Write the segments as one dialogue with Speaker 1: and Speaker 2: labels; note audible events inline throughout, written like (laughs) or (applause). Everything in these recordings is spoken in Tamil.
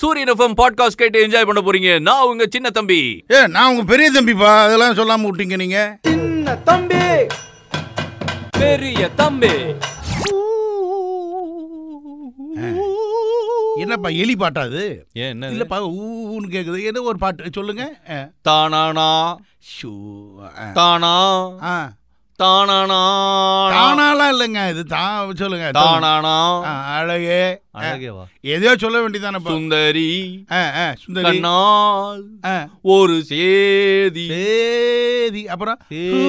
Speaker 1: சூரியன் எஃப்எம் பாட்காஸ்ட் கேட்டு என்ஜாய் பண்ண போறீங்க நான் உங்க சின்ன தம்பி
Speaker 2: ஏ நான் உங்க பெரிய தம்பிப்பா அதெல்லாம் சொல்லாம விட்டீங்க நீங்க
Speaker 3: சின்ன தம்பி
Speaker 1: பெரிய தம்பி
Speaker 2: என்னப்பா எலி பாட்டா அது
Speaker 1: ஏன் என்ன இது?
Speaker 2: இல்லப்பா ஊன்னு கேக்குது ஏதோ ஒரு பாட்டு சொல்லுங்க ஆ.
Speaker 1: தானானா
Speaker 2: ஷூ, ஆ.
Speaker 1: தானா
Speaker 2: ஆ.
Speaker 1: தானானா
Speaker 2: தானாலாம் இல்லைங்க இது தான் சொல்லுங்க
Speaker 1: தானானா
Speaker 2: ஆ, அழகே ஆ.
Speaker 1: அழகேவா
Speaker 2: எதையோ சொல்ல வேண்டியதானப்பா
Speaker 1: சுந்தரி
Speaker 2: ஆ, ஆ, சுந்தரி
Speaker 1: கண்ணால்
Speaker 2: ஆ.
Speaker 1: ஒரு சேதி
Speaker 2: சேதி அப்புறம்
Speaker 1: சேதி.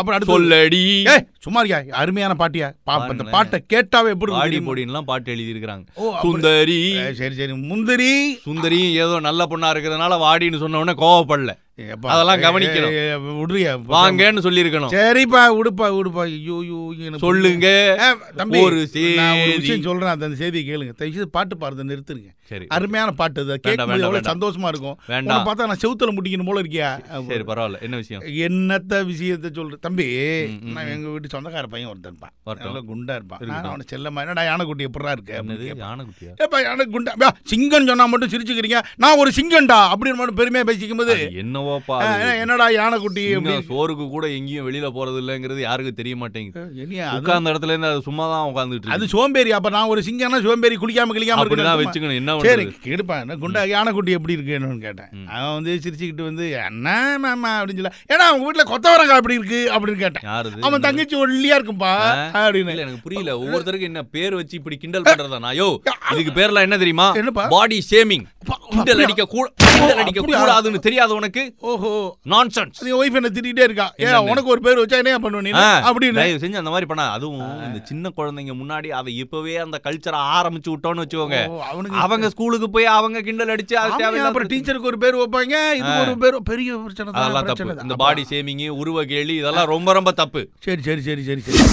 Speaker 2: அப்புறம் அடுத்து
Speaker 1: சொல்லடி
Speaker 2: ஏய் சும்மா இருக்கியா அருமையான பாட்டியா பா- இந்த
Speaker 1: பாருங்களேன்.
Speaker 2: பாட்டை கேட்டாவே எப்படி
Speaker 1: ஆடி
Speaker 2: தெரியுமா?
Speaker 1: போடின்லாம் பாட்டு எழுதி இருக்காங்க
Speaker 2: ஓ, அப்படி-
Speaker 1: சுந்தரி
Speaker 2: ஏ, சரி சரி முந்திரி
Speaker 1: சுந்தரி ஏதோ நல்ல பொண்ணா இருக்கிறதுனால வாடின்னு சொன்ன உடனே கோவப்படல
Speaker 2: ஏ, அப்பா,
Speaker 1: அதெல்லாம்
Speaker 2: ஏ,
Speaker 1: கவனிக்கணும்.
Speaker 2: ஏ, ஏ, விடுறியா
Speaker 1: வாங்கன்னு சொல்லியிருக்கணும்
Speaker 2: சரிப்பா உடுப்பா உடுப்பா ஐயோ ஐயோ எனக்கு
Speaker 1: சொல்லுங்க
Speaker 2: ஏ, தம்பி
Speaker 1: ஒரு
Speaker 2: ஒரு நான் ஒரு
Speaker 1: செய்தி.
Speaker 2: விஷயம் சொல்றேன் அந்த செய்தியை கேளுங்க தயவு செய்து பாட்டு பாடுறத நிறுத்துருங்க
Speaker 1: சரி
Speaker 2: அருமையான பாட்டு அதை கேட்கும்போது
Speaker 1: வேண்டாம்,
Speaker 2: எவ்வளவு
Speaker 1: வேண்டாம்.
Speaker 2: சந்தோஷமா இருக்கும்
Speaker 1: வேண்டாம்.
Speaker 2: உன்னை பார்த்தா நான் செவுத்துல முடிக்கணும் போல இருக்கியா
Speaker 1: சரி பரவாயில்ல என்ன விஷயம்
Speaker 2: என்னத்த விஷயத்த சொல்ற தம்பி
Speaker 1: ம், ம்,
Speaker 2: நான் எங்க வீட்டு சொந்தக்கார பையன் ஒருத்தன்பா
Speaker 1: வரட்டும்.
Speaker 2: நல்ல குண்டா இருப்பான்
Speaker 1: இருக்கட்டும்.
Speaker 2: நான் அவனை செல்லமா என்னடா யானைக்குட்டி எப்படா இருக்கு
Speaker 1: என்னது
Speaker 2: அப்படின்னு கேட்பான்.
Speaker 1: யானைக்குட்டியா
Speaker 2: ஏப்பா யானை குண்டா பா, சிங்கம் சொன்னா மட்டும் சிரிச்சுக்கிறீங்க நான் ஒரு சிங்கம்டா அப்படின்னு மட்டும் பெருமையா பேசிக்கும் போது
Speaker 1: அது என்னவோப்பா
Speaker 2: ஆ,
Speaker 1: அது.
Speaker 2: என்னடா யானைக்குட்டி
Speaker 1: இன்னும்
Speaker 2: அப்படின்னு
Speaker 1: சோறுக்கு கூட எங்கேயும் வெளியில போறது இல்லைங்கிறது யாருக்கும் தெரிய மாட்டேங்குது
Speaker 2: என்னையா அது-
Speaker 1: உட்கார்ந்த இடத்துல இருந்து அது சும்மா தான் உட்காந்துட்டு
Speaker 2: அது
Speaker 1: இருக்கு
Speaker 2: சோம்பேறி அப்ப நான் ஒரு சிங்கம்னா சோம்பேறி குளிக்காம கிளிக்காம
Speaker 1: அப்படிதான்
Speaker 2: இருக்கணுமா?
Speaker 1: வச்சுக்கணும் என்ன
Speaker 2: சரி
Speaker 1: பண்றது
Speaker 2: கேடுப்பான் குண்டா யானைக்குட்டி எப்படி இருக்குன்னு கேட்டேன்
Speaker 1: ம்.
Speaker 2: அவன் வந்து சிரிச்சுக்கிட்டு வந்து அண்ணா மாமா அப்படின்னு சொல்ல ஏன்னா அவங்க வீட்டுல கொத்தவரங்காய் எப்படி இருக்கு அப்படின்னு கேட்டேன்
Speaker 1: யாரு இது?
Speaker 2: அவன் தங்கச்சி ஒல்லியா இருக்கும்பா
Speaker 1: ஆ?
Speaker 2: அப்படின்னு
Speaker 1: இல்ல எனக்கு புரியல ஒவ்வொருத்தருக்கும் என்ன பேர் வச்சு இப்படி கிண்டல் பண்றதா நான் யோ இதுக்கு பேர்லாம் என்ன தெரியுமா
Speaker 2: என்னப்பா?
Speaker 1: பாடி ஷேமிங்
Speaker 2: அப்பா,
Speaker 1: கிண்டல்
Speaker 2: அப்படியா?
Speaker 1: அடிக்க கூட கிண்டல் அடிக்க
Speaker 2: அப்படியா?
Speaker 1: கூடாதுன்னு தெரியாது உனக்கு
Speaker 2: ஓஹோ
Speaker 1: நான்சென்ஸ்
Speaker 2: நீ ஒய்ஃப் என்ன திட்டிகிட்டே இருக்கா ஏன்
Speaker 1: என்னன்னு?
Speaker 2: உனக்கு ஒரு பேர் வச்சா என்ன பண்ணுவ நீ
Speaker 1: ஆ,
Speaker 2: அப்படின்னு
Speaker 1: தயவு செஞ்சு அந்த மாதிரி பண்ணா அதுவும் இந்த சின்ன குழந்தைங்க முன்னாடி அதை இப்பவே அந்த கல்ச்சரை ஆரம்பிச்சு விட்டோம்னு வச்சுக்கோங்க
Speaker 2: ஓ, அவனுக்கு
Speaker 1: அவங்க ஸ்கூலுக்கு போய் அவங்க கிண்டல் அடிச்சு அது
Speaker 2: ஆமாயா,
Speaker 1: தேவையில்லாத
Speaker 2: அப்புறம் டீச்சருக்கு ஒரு பேர் வைப்பாங்க இது ஒரு பேர் பெரிய பிரச்சனை தான்,
Speaker 1: அதெல்லாம்
Speaker 2: பிரச்சனை
Speaker 1: தப்பு
Speaker 2: தான்.
Speaker 1: இந்த பாடி சேமிங் உருவ கேலி இதெல்லாம் ரொம்ப ரொம்ப தப்பு
Speaker 2: சரி சரி சரி சரி சரி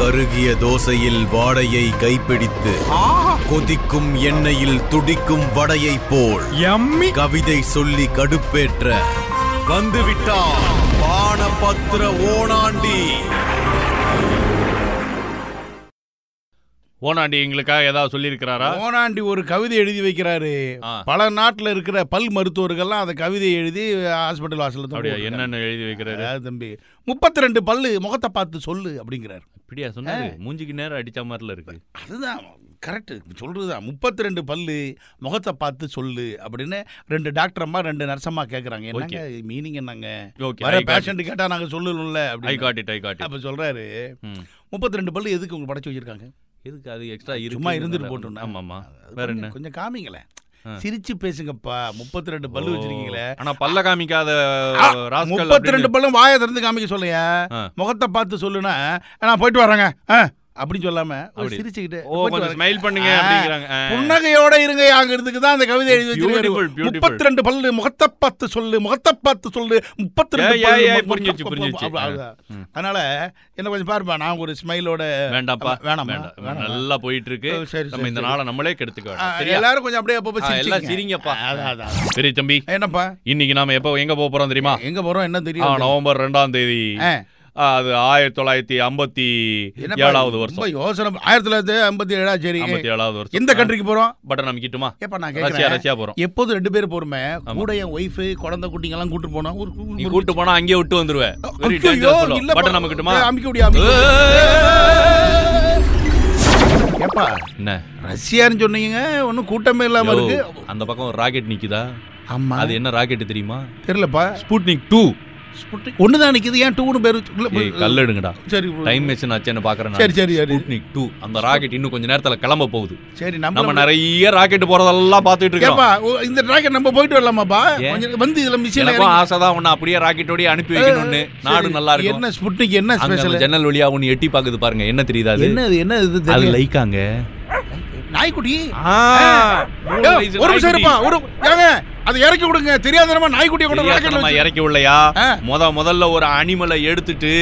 Speaker 4: கருகிய தோசையில் வாடையை கைப்பிடித்து கொதிக்கும் எண்ணெயில் துடிக்கும் வடையைப் போல் கவிதை சொல்லி கடுப்பேற்ற வந்துவிட்டான் பானபத்திர ஓணாண்டி
Speaker 1: ஓனாண்டி எங்களுக்காக ஏதாவது சொல்லியிருக்கிறாரா
Speaker 2: ஓனாண்டி ஒரு கவிதை எழுதி வைக்கிறாரு
Speaker 1: ஆ.
Speaker 2: பல நாட்டுல இருக்கிற பல் மருத்துவர்கள்லாம் அந்த கவிதையை எழுதி ஹாஸ்பிட்டல் வாசல்ல தொங்க
Speaker 1: அப்படியா
Speaker 2: விட்டுருக்காங்க.
Speaker 1: என்னென்ன எழுதி வைக்கிறாரு
Speaker 2: அதாவது தம்பி முப்பத்தி ரெண்டு பல்லு முகத்தை பார்த்து சொல்லு அப்படிங்கிறாரு
Speaker 1: இப்படியா சொன்னாரு மூஞ்சிக்கு நேரம் அடிச்ச மாதிரில இருக்கு
Speaker 2: அதுதான் கரெக்டு சொல்றதுதான் முப்பத்தி ரெண்டு பல்லு முகத்தை பார்த்து சொல்லு அப்படின்னு ரெண்டு டாக்டரம்மா ரெண்டு நர்சம்மா கேட்குறாங்க என்னங்க மீனிங் என்னங்க
Speaker 1: ஓகே
Speaker 2: வர பேஷண்ட் கேட்டால் நாங்கள் சொல்லணும்ல
Speaker 1: ஐ
Speaker 2: அப்படின்னு
Speaker 1: காட் இட் ஐ காட்
Speaker 2: அப்போ சொல்றாரு முப்பத்தி ரெண்டு பல்லு எதுக்கு உங்க படைச்சு வச்சிருக்காங்க
Speaker 1: எதுக்கு அது எக்ஸ்ட்ரா இருக்கு
Speaker 2: சும்மா இருந்துட்டு போட்டோம்னா.
Speaker 1: ஆமா ஆமா
Speaker 2: அது
Speaker 1: வேற
Speaker 2: கொஞ்சம்-
Speaker 1: என்ன
Speaker 2: கொஞ்சம் காமிங்களேன்
Speaker 1: ஆ.
Speaker 2: சிரிச்சு பேசுங்கப்பா முப்பத்தி ரெண்டு பல்லு வச்சிருக்கீங்களே
Speaker 1: ஓ, ஆனா பல்ல காமிக்காத
Speaker 2: ஆ,
Speaker 1: ராஸ்கல்
Speaker 2: முப்பத்தி
Speaker 1: அப்படின்னு-
Speaker 2: ரெண்டு பல்லும் வாயை திறந்து காமிக்க சொல்லையா
Speaker 1: ஆ.
Speaker 2: முகத்தை பார்த்து சொல்லுனா நான் போயிட்டு வரேங்க ஆ, அப்படின்னு சொல்லாம ஒரு
Speaker 1: அப்படி.
Speaker 2: சிரிச்சுக்கிட்டு
Speaker 1: ஓ
Speaker 2: போயிட்டு
Speaker 1: கொஞ்சம்
Speaker 2: வரேங்க.
Speaker 1: ஸ்மைல் பண்ணுங்க
Speaker 2: ஆ,
Speaker 1: அப்படிங்கிறாங்க ஆ.
Speaker 2: புன்னகையோட இருங்க ஆங்கிறதுக்கு தான் அந்த கவிதை எழுதி
Speaker 1: Beautiful,
Speaker 2: வச்சிருக்காரு
Speaker 1: beautiful.
Speaker 2: முப்பத்தி ரெண்டு பல்லு முகத்தை பார்த்து சொல்லு முகத்தை பார்த்து சொல்லு முப்பத்தி ரெண்டு
Speaker 1: ஏய், ஏய், ஏய், புரிஞ்சிச்சு, புரிஞ்சிச்சு. ம்.
Speaker 2: அதனால என்ன கொஞ்சம் பாருப்பா நான் ஒரு ஸ்மைலோட
Speaker 1: வேண்டாம்ப்பா
Speaker 2: வேணாமா?
Speaker 1: வேண்டாம்
Speaker 2: வேணாமா?
Speaker 1: நல்லா போயிட்டு இருக்கு
Speaker 2: சரி, சரி,
Speaker 1: நம்ம இந்த
Speaker 2: சரி.
Speaker 1: நாளை நம்மளே கெடுத்துக்க வேண்டாம் சரியா
Speaker 2: எல்லாரும் கொஞ்சம் அப்படியே அப்பப்போ
Speaker 1: ஆ, எல்லாம்
Speaker 2: சிரிச்சிங்க.
Speaker 1: சிரிங்கப்பா
Speaker 2: அதான், அதான்.
Speaker 1: சரி தம்பி
Speaker 2: என்னப்பா
Speaker 1: இன்னைக்கு நாம எப்போ எங்க போக போறோம் தெரியுமா
Speaker 2: எங்க போறோம் என்ன
Speaker 1: ஆ,
Speaker 2: தெரியும்
Speaker 1: நவம்பர் ரெண்டாம் தேதி
Speaker 2: ஆ.
Speaker 1: ஆ, அது ஆயிரத்தி தொள்ளாயிரத்தி ஐம்பத்தி
Speaker 2: என்னப்பா,
Speaker 1: ஏழாவது
Speaker 2: ரொம்ப
Speaker 1: வருஷம்
Speaker 2: யோசனை ஆயிரத்தி தொள்ளாயிரத்தி ஐம்பத்தி ஏழா சரி
Speaker 1: ஐம்பத்தி ஏழாவது வருஷம்
Speaker 2: எந்த கண்ட்ரிக்கு போறோம்
Speaker 1: பட் நம்ம கிட்டுமா
Speaker 2: ஏப்பா நான்
Speaker 1: ரஷ்யா
Speaker 2: கேக்குறேன்
Speaker 1: ரஷ்யா போறோம்
Speaker 2: எப்போதும் ரெண்டு பேரும் போறோமே கூட என் ஒய்ஃப் குழந்தை குட்டிங்க எல்லாம் கூட்டு போனா ஒரு
Speaker 1: நீ கூட்டு போனா அங்கேயே விட்டு வந்துருவேன் வெரி
Speaker 2: ஐயோ,
Speaker 1: டேஞ்சரஸ்
Speaker 2: இல்லப்பா.
Speaker 1: பட் நம்ம கிட்டுமா
Speaker 2: ஏய், அமுக்கி விடியா, அமுக்கி விடியா. ஏப்பா
Speaker 1: என்ன
Speaker 2: ரஷ்யான்னு சொன்னீங்க ஒன்றும் கூட்டமே இல்லாம
Speaker 1: யோ,
Speaker 2: இருக்கு
Speaker 1: அந்த பக்கம் ஒரு ராக்கெட் நிக்குதா
Speaker 2: ஆமா
Speaker 1: அது என்ன ராக்கெட் தெரியுமா
Speaker 2: தெரியலப்பா
Speaker 1: ஸ்பூட்னிக் டூ
Speaker 2: ஒன்று தான் நிற்கிது ஏன் டூனு பேர் வச்சு- இல்ல,
Speaker 1: ஏய் கல் எடுங்கடா
Speaker 2: சரி
Speaker 1: டைம் மிஷின் ஆச்சேன்னு பாக்குறேன்
Speaker 2: சரி சரி சரி
Speaker 1: ஸ்பூட்னிக் டூ அந்த ராக்கெட் இன்னும் கொஞ்ச நேரத்துல கிளம்ப போகுது
Speaker 2: சரி
Speaker 1: நம்ம
Speaker 2: நம்ம
Speaker 1: நிறைய ராக்கெட் போறதெல்லாம் பாத்துட்டு இருக்கோம்
Speaker 2: ஏப்பா ஓ, இந்த டிராக்கெட் நம்ம போயிட்டு வரலாமாப்பா
Speaker 1: ஏன்?
Speaker 2: கொஞ்சம் வந்து இதுல மிஷின்
Speaker 1: எனக்கும் ஆசை தான் உன்னை அப்படியே ராக்கெட்டோடய அனுப்பி வைக்கணும்னு நாடு நல்லா இருக்கும்
Speaker 2: என்ன ஸ்புட்னிக் என்ன
Speaker 1: அங்க அந்த
Speaker 2: ஸ்பெஷல்
Speaker 1: ஜன்னல் வழியா ஒன்னு எட்டி பாக்குது பாருங்க என்ன தெரியுது அது
Speaker 2: என்ன இது என்ன இது
Speaker 1: அது
Speaker 2: தெரியல
Speaker 1: லைக்காங்க
Speaker 2: நாய்க்குட்டி
Speaker 1: ஆ, மூணு
Speaker 2: ஏய்,
Speaker 1: வயசு
Speaker 2: ஒரு நிமிஷம்
Speaker 1: நாய்க்குட்டி.
Speaker 2: இருப்பா ஒரு ஏங்க அதை இறக்கி விடுங்க தெரியாதனமா நாய்க்குட்டியை கூட ராக்கெட்ல
Speaker 1: தெரியாத்தனமா
Speaker 2: வச்சு-
Speaker 1: இறக்கி உள்ளையா
Speaker 2: ஆ.
Speaker 1: முத முதல்ல ஒரு அனிமலை எடுத்துட்டு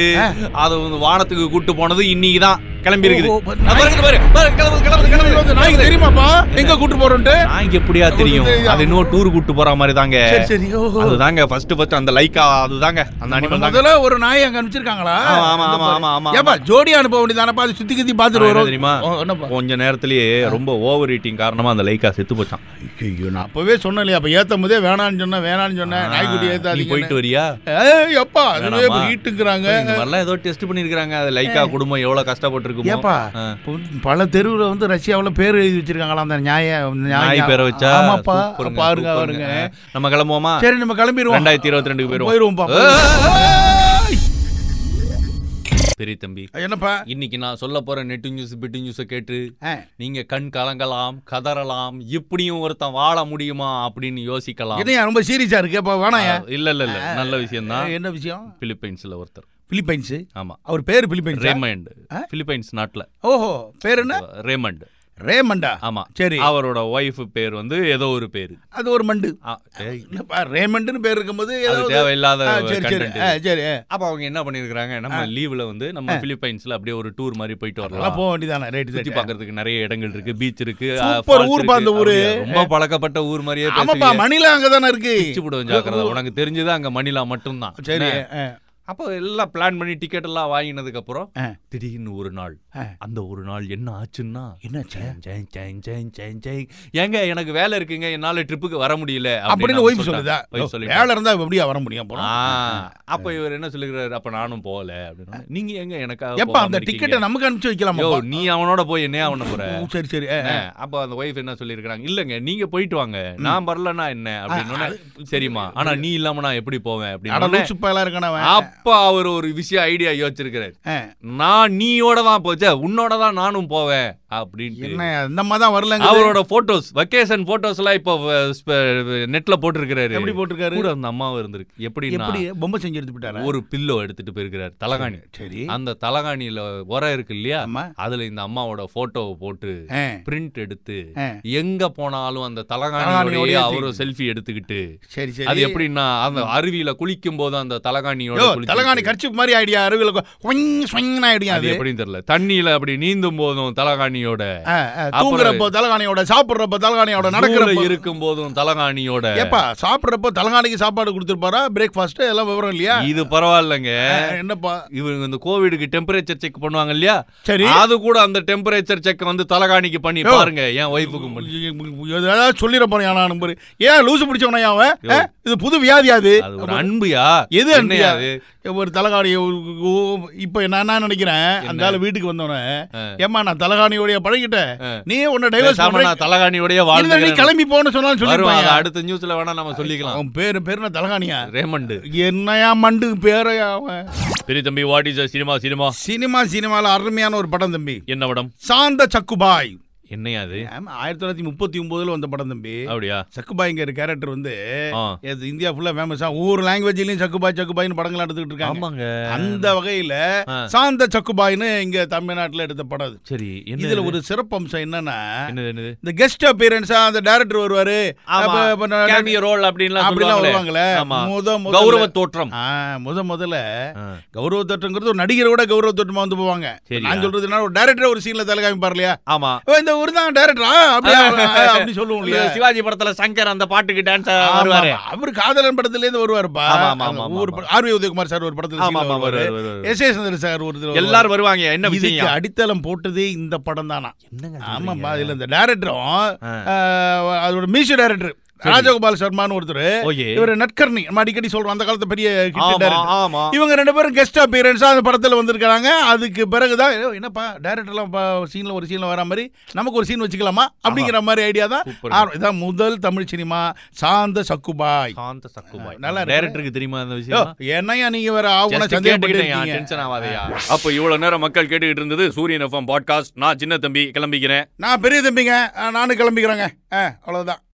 Speaker 1: அதை வந்து வானத்துக்கு கூட்டு போனது இன்னைக்கு தான் கிளம்பி இருக்குது
Speaker 2: ஓ, பாரு.
Speaker 1: அது பாருங்க, பாரு, பாரு, கிளம்புது, கிளம்புது, கிளம்புது.
Speaker 2: நாய்க்கு தெரியுமாப்பா எங்க கூட்டு போறோம்ட்டு
Speaker 1: நாய்க்கு எப்படியா தெரியும் அது இன்னும் டூர் கூட்டு போற மாதிரி தாங்க
Speaker 2: சரி சரி ஓ, ஓ.
Speaker 1: அதுதாங்க ஃபர்ஸ்ட் ஃபர்ஸ்ட் அந்த லைக்கா அதுதாங்க அந்த அனிமல் தாங்க
Speaker 2: முதல்ல ஒரு நாய் அங்க அனுப்பிச்சிருக்காங்களா
Speaker 1: ஆமா, ஆமா, ஆமா, ஆமா, ஆமா.
Speaker 2: ஏப்பா ஜோடி அனுப்ப வேண்டியதானப்பா அது சுத்தி கித்தி பாத்துட்டு
Speaker 1: ஆனா என்ன
Speaker 2: வரும்
Speaker 1: தெரியுமா?
Speaker 2: ஓ, என்னப்பா
Speaker 1: கொஞ்ச நேரத்திலேயே ரொம்ப ஓவர் ஈட்டிங் காரணமா அந்த லைக்கா செத்து போச்சான்
Speaker 2: ஐயோ நான் அப்பவே சொன்னேன் இல்லையா அப்ப ஏத்தும் போதே வேணாம்னு சொன்னேன் வேணாம்னு சொன்னேன் நாய்க்குட்டி
Speaker 1: நீ
Speaker 2: ஏத்தாதீங்க
Speaker 1: போயிட்டு வரியா
Speaker 2: ஏய் அப்பா அதுவே
Speaker 1: வேணாமா?
Speaker 2: ஹீட்டுங்கிறாங்க
Speaker 1: இந்த மாதிரிலாம் ஏதோ டெஸ்ட் பண்ணிருக்காங்க அது லைக்கா குடும்பம் எவ்வளவு கஷ்டப்பட்டு
Speaker 2: ஏப்பா
Speaker 1: இருக்குமோ ஆ.
Speaker 2: இப்போ பல தெருவுல வந்து ரஷ்யாவுல பேர் எழுதி வச்சிருக்காங்களா அந்த நியாய
Speaker 1: நாய் பேரை வச்சா
Speaker 2: ஆமாப்பா
Speaker 1: சூப்பருங்க,
Speaker 2: பாருங்க
Speaker 1: சூப்பருங்க.
Speaker 2: பாருங்க
Speaker 1: ஆ. நம்ம கிளம்புவோமா
Speaker 2: சரி நம்ம கிளம்பிடுவோம்
Speaker 1: ரெண்டாயிரத்தி இருபத்தி ரெண்டுக்கு போயிருவோம்
Speaker 2: போயிருவோம்ப்பா ஏய்,
Speaker 1: பெரிய தம்பி
Speaker 2: என்னப்பா
Speaker 1: இன்னைக்கு நான் சொல்ல போற நெட்டு நியூஸ் பிட்டு நியூஸ் கேட்டு
Speaker 2: ஆ,
Speaker 1: நீங்க கண் கலங்கலாம் கதறலாம் இப்படியும் ஒருத்தன் வாழ முடியுமா அப்படின்னு யோசிக்கலாம்
Speaker 2: என்னையா ரொம்ப சீரியஸா இருக்கு அப்ப வேணாயா
Speaker 1: ஆ, இல்ல இல்ல இல்ல நல்ல விஷயம் தான்
Speaker 2: என்ன விஷயம்
Speaker 1: பிலிப்பைன்ஸ்ல ஒருத்தர்
Speaker 2: பிலிப்பைன்ஸ்
Speaker 1: ஆமா
Speaker 2: அவர் பேர் பிலிப்பைன்ஸ்
Speaker 1: ரேமண்ட்
Speaker 2: ஆ?
Speaker 1: பிலிப்பைன்ஸ் நாட்டுல
Speaker 2: ஓஹோ பேர் என்ன
Speaker 1: ரேமண்ட்
Speaker 2: ரேமண்டா
Speaker 1: ஆமா
Speaker 2: சரி
Speaker 1: அவரோட ஒய்ஃப் பேர் வந்து ஏதோ ஒரு பேரு
Speaker 2: அது ஒரு மண்டு
Speaker 1: ஆ, ஏய்,
Speaker 2: என்னப்பா ரேமண்ட்னு பேர் இருக்கும்போது
Speaker 1: அது
Speaker 2: ஏதாவது-
Speaker 1: தேவையில்லாத
Speaker 2: ஆ, சரி சரி
Speaker 1: content
Speaker 2: ஆ,
Speaker 1: இது.
Speaker 2: சரி ஆ.
Speaker 1: அப்ப அவங்க என்ன பண்ணிருக்காங்க நம்ம லீவ்ல வந்து நம்ம பிலிப்பைன்ஸ்ல அப்படியே ஒரு டூர் மாதிரி போயிட்டு
Speaker 2: அதெல்லாம்
Speaker 1: வரலாம்
Speaker 2: போக வேண்டியதானே ரைட்
Speaker 1: சுத்தி
Speaker 2: சரி
Speaker 1: பாக்குறதுக்கு நிறைய இடங்கள் இருக்கு பீச் இருக்கு ஆ,
Speaker 2: சூப்பர்
Speaker 1: falls
Speaker 2: ஊர்ப்பா அந்த
Speaker 1: இருக்கு.
Speaker 2: ஊரு.
Speaker 1: அப்படியா? ரொம்ப பழக்கப்பட்ட ஊர் மாதிரியே
Speaker 2: ஆமாப்பா
Speaker 1: பேசுவீங்க.
Speaker 2: மணிலா அங்கதானே இருக்கு
Speaker 1: பிச்சு போடுவோம் ஜாக்கிரதை உனக்கு தெரிஞ்சது அங்க மணிலா மட்டும்தான்
Speaker 2: சரி
Speaker 1: என்ன?
Speaker 2: ஆ.
Speaker 1: அப்போ எல்லாம் பிளான் பண்ணி டிக்கெட் எல்லாம் வாங்கினதுக்கு அப்புறம்
Speaker 2: ஆ.
Speaker 1: திடீர்னு ஒரு நாள்
Speaker 2: ஆ.
Speaker 1: அந்த ஒரு நாள் என்ன ஆச்சுன்னா
Speaker 2: என்னாச்சு
Speaker 1: ஜெங், ஜெங், ஜெங், ஜெங், ஜெங், ஜெங். ஏங்க எனக்கு வேலை இருக்குங்க என்னால ட்ரிப்புக்கு வர முடியல
Speaker 2: அப்படின்னு
Speaker 1: அவங்க
Speaker 2: ஒய்ஃப்
Speaker 1: சொல்லிட்டாங்க.
Speaker 2: சொல்லுதா
Speaker 1: wife சொல்லிட்டாங்க.
Speaker 2: வேலை இருந்தா எப்படியா வர முடியும் அப்புறம்?
Speaker 1: ஆ, அப்ப இவர் என்ன சொல்லுகிறாரு அப்ப நானும் போகல அப்படின்னு நீங்க எங்க எனக்காக
Speaker 2: எப்பா
Speaker 1: போகாம
Speaker 2: அந்த
Speaker 1: இருக்கீங்க?
Speaker 2: டிக்கெட்டை நமக்கு அனுப்பிச்சு வைக்கலாமா
Speaker 1: யோ நீ அவனோட போய் என்னைய அவன போற
Speaker 2: ஓ, சரி சரி ஆ, ஆ.
Speaker 1: அஹ், அப்ப அந்த ஒய்ஃப் என்ன சொல்லியிருக்காங்க இல்லங்க நீங்க போயிட்டு வாங்க நான் வரலன்னா என்ன அப்படின்னு உடனே, சரிம்மா ஆனா நீ இல்லாம நான் எப்படி போவேன்
Speaker 2: அட,
Speaker 1: அப்படின்னு
Speaker 2: லூசு பயலா இருக்கானே அவன்.
Speaker 1: அப்ப அவர் ஒரு விஷயம் ஐடியா யோசிச்சிருக்கிறாரு
Speaker 2: ஆ.
Speaker 1: நான் நீயோட தான் போச்சே உன்னோட தான் நானும் போவேன் அப்படின்ட்டு
Speaker 2: என்ன இந்த மாதிரி தான் வரலங்க
Speaker 1: அவரோட போட்டோஸ் வெக்கேஷன் போட்டோஸ் எல்லாம் இப்போ நெட்ல போட்டிருக்கிறாரு
Speaker 2: எப்படி போட்டிருக்காரு
Speaker 1: கூட அந்த அம்மாவும் இருந்திருக்கு எப்படின்னா
Speaker 2: எப்படி பொம்மை செஞ்சு எடுத்து போயிட்டாரா
Speaker 1: ஒரு பில்லோ எடுத்துட்டு போயிருக்கிறாரு தலகாணி
Speaker 2: சரி
Speaker 1: அந்த தலகாணியில உரம் இருக்கு இல்லையா
Speaker 2: ஆமா
Speaker 1: அதுல இந்த அம்மாவோட போட்டோவை போட்டு
Speaker 2: ஆ,
Speaker 1: பிரிண்ட் எடுத்து
Speaker 2: ஆ.
Speaker 1: எங்க போனாலும் அந்த
Speaker 2: தலகாணியோடயே
Speaker 1: தலகாணியோடய அவரும் செல்ஃபி எடுத்துக்கிட்டு
Speaker 2: சரி
Speaker 1: அது
Speaker 2: சரி
Speaker 1: எப்படின்னா அந்த அருவியில குளிக்கும் போது அந்த தலகாணியோட
Speaker 2: யோ
Speaker 1: குளிச்சுக்கிட்டு-
Speaker 2: தலகாணி கர்ச்சி மாதிரி ஐடியா அருவில ஸ்வங்னு ஐடியா
Speaker 1: அது
Speaker 2: அது
Speaker 1: எப்படின்னு தெரியல தண்ணியில அப்படி நீந்தும் போதும் தலகாணியோட
Speaker 2: ஆ, ஆ, தூங்குறப்போ தலகாணியோட சாப்பிடுறப்போ தலகாணியோட
Speaker 1: நடக்கிறப்ப
Speaker 2: நடக்கிறப்போ
Speaker 1: இருக்கும் போதும் தலகாணியோட
Speaker 2: ஏப்பா சாப்பிடுறப்போ தலகாணிக்கு சாப்பாடு கொடுத்துருப்பாரா பிரேக்ஃபாஸ்ட் எல்லாம் விவரம் இல்லையா
Speaker 1: இது பரவாயில்லைங்க
Speaker 2: ஆ, என்னப்பா
Speaker 1: இவங்க இந்த கோவிடுக்கு டெம்பரேச்சர் செக் பண்ணுவாங்க இல்லையா
Speaker 2: சரி
Speaker 1: அது கூட அந்த டெம்பரேச்சர் செக் வந்து தலகாணிக்கு பண்ணி
Speaker 2: யோ.
Speaker 1: பாருங்க என் ஒய்ஃபுக்கு பண்ணி
Speaker 2: ஏதாவது சொல்லிட போறேன் ஆனா நம்பர் ஏன் லூசு பிடிச்சவனையா அவன் ஆ? இது புது வியாதியா அது
Speaker 1: அது ஒரு அன்புயா
Speaker 2: எது
Speaker 1: என்னையா
Speaker 2: அன்பையா
Speaker 1: அது?
Speaker 2: ஒரு தலகாணி இப்போ நான் என்ன நினைக்கிறேன் அந்த ஆளு வீட்டுக்கு வந்தோடனே ஏமா நான் தலகாணியோடைய பழகிட்டேன் நீ உன்னை டைவர்ஸ்
Speaker 1: பேசாம
Speaker 2: பண்ற
Speaker 1: நான் தலகாணியோடய
Speaker 2: இல்ல, நீ
Speaker 1: வாழ்ந்துக்கிறேன்.
Speaker 2: கிளம்பி போன்னு சொன்னாலும்
Speaker 1: வரும், அது
Speaker 2: சொல்லிருப்பாங்க
Speaker 1: அடுத்த நியூஸ்ல வேணா நம்ம சொல்லிக்கலாம்
Speaker 2: அவன் பேரு பேரு என்ன தலகாணியா
Speaker 1: ரேமண்ட்
Speaker 2: என்னையா மண்டு பேரையா அவன்
Speaker 1: பெரிய தம்பி what is cinema cinema
Speaker 2: cinema சினிமால அருமையான ஒரு படம் தம்பி
Speaker 1: என்ன படம்
Speaker 2: சாந்த சக்குபாய்
Speaker 1: என்னையா அது
Speaker 2: ஆமா, ஆயிரத்தி தொள்ளாயிரத்தி முப்பத்தி ஒன்பதுல வந்த படம் தம்பி
Speaker 1: அப்படியா
Speaker 2: சக்குபாய்ங்கிற கேரக்டர் வந்து
Speaker 1: ஆ.
Speaker 2: இது இந்தியா ஃபுல்லா ஃபேமஸா ஒவ்வொரு லாங்குவேஜ்லயும் சக்குபாய் சக்குபாய்னு படங்கள் எடுத்துக்கிட்டு இருக்காங்க
Speaker 1: ஆமாங்க
Speaker 2: அந்த வகையில
Speaker 1: ஆ.
Speaker 2: சாந்த சக்குபாய்னு இங்க தமிழ்நாட்டுல எடுத்த படம் அது.
Speaker 1: சரி என்ன
Speaker 2: இதுல ஒரு சிறப்பு அம்சம் என்னன்னா
Speaker 1: என்னது என்னது
Speaker 2: இந்த கெஸ்ட் அப்பியரன்ஸா அந்த டைரக்டர் வருவாரு அப்ப- அப்ப நான்
Speaker 1: கேமியோ ரோல் அப்படின்லாம்
Speaker 2: அப்படிலாம் வருவாங்களே
Speaker 1: சொல்லுவாங்களே ஆமா.
Speaker 2: முத
Speaker 1: கௌரவ
Speaker 2: முதல்ல
Speaker 1: தோற்றம்
Speaker 2: ஆ, முத முதல்ல
Speaker 1: ஆ.
Speaker 2: கௌரவ தோட்டங்கிறது ஒரு நடிகரோட கௌரவ தோட்டமா வந்து போவாங்க
Speaker 1: சரியா?
Speaker 2: நான் சொல்றதுனா ஒரு டைரக்டர் ஒரு சீன்ல தலை காமிப்பார் இல்லையா
Speaker 1: ஆமா
Speaker 2: "ஓ, இந்த ஒரு தான் டைரக்டரா
Speaker 1: (laughs)
Speaker 2: அப்படியா அப்படி சொல்லுவோம் இல்லையா
Speaker 1: இந்த சிவாஜி படத்துல சங்கர் அந்த பாட்டுக்கு டான்ஸ்
Speaker 2: ஆமா,
Speaker 1: வருவாரு
Speaker 2: ஆமா. அவரு காதலன் படத்துல இருந்து வருவாருப்பா
Speaker 1: ஆமா, ஆமா, ஆமா,
Speaker 2: அந்த ஒரு படம், ஆர் வி உதயகுமார் சார் ஒரு படத்துல
Speaker 1: ஆமா
Speaker 2: scene ல
Speaker 1: ஆமா
Speaker 2: வருவாரு
Speaker 1: வருவாரு, வருவாரு.
Speaker 2: எஸ் ஏ சந்திர சார் ஒரு இதுல
Speaker 1: எல்லாரும் வருவாங்க என்ன
Speaker 2: வருவாரு. இதுக்கு
Speaker 1: விஷயம்
Speaker 2: அடித்தளம் போட்டதே இந்த படம் தானா
Speaker 1: என்னங்க
Speaker 2: ஆமாப்பா
Speaker 1: சொல்றீங்க?
Speaker 2: இதுல இந்த டேரக்டரும்
Speaker 1: ஆ.
Speaker 2: அதோட மியூசிக் டைரக்டர்
Speaker 1: சரி.
Speaker 2: ராஜகோபால் சர்மான்னு ஒருத்தர்
Speaker 1: ஓகே
Speaker 2: இவர் நட்கர்ணி நம்ம அடிக்கடி சொல்றோம் அந்த காலத்து பெரிய
Speaker 1: ஆமா,
Speaker 2: ஹிட் டேரக்டர்
Speaker 1: ஆமா
Speaker 2: இவங்க ரெண்டு பேரும் கெஸ்ட் அப்பியரன்ஸா அந்த படத்துல வந்திருக்காங்க அதுக்கு பிறகுதான் "ஏய், என்னப்பா டேரக்டர்லாம் சீன்ல ஒரு சீன்ல வர மாதிரி நமக்கு ஒரு சீன் வச்சுக்கலாமா அப்படிங்கிற மாதிரி ஐடியா தான்
Speaker 1: சூப்பர்
Speaker 2: ஆரம்பம். இதான் முதல் தமிழ் சினிமா சாந்த சக்குபாய்
Speaker 1: சாந்த சக்குபாய்
Speaker 2: நல்லா
Speaker 1: நல்லா
Speaker 2: இருக்கு.
Speaker 1: டைரக்டருக்கு தெரியுமா அந்த
Speaker 2: யோ,
Speaker 1: விஷயம்
Speaker 2: என்னய்யா நீங்க வேற ஆகுன சந்தேகப்பட்டு
Speaker 1: டென்ஷன் ஆகாதயா அப்போ இவ்வளவு நேரம் மக்கள் கேட்டுக்கிட்டு இருந்தது சூரியன் எஃப்எம் பாட்காஸ்ட் நான் சின்ன தம்பி கிளம்பிக்கிறேன்
Speaker 2: நான் பெரிய தம்பிங்க ஆ, நானும் கிளம்பிக்கிறேங்க ஆ, அவ்வளவுதான்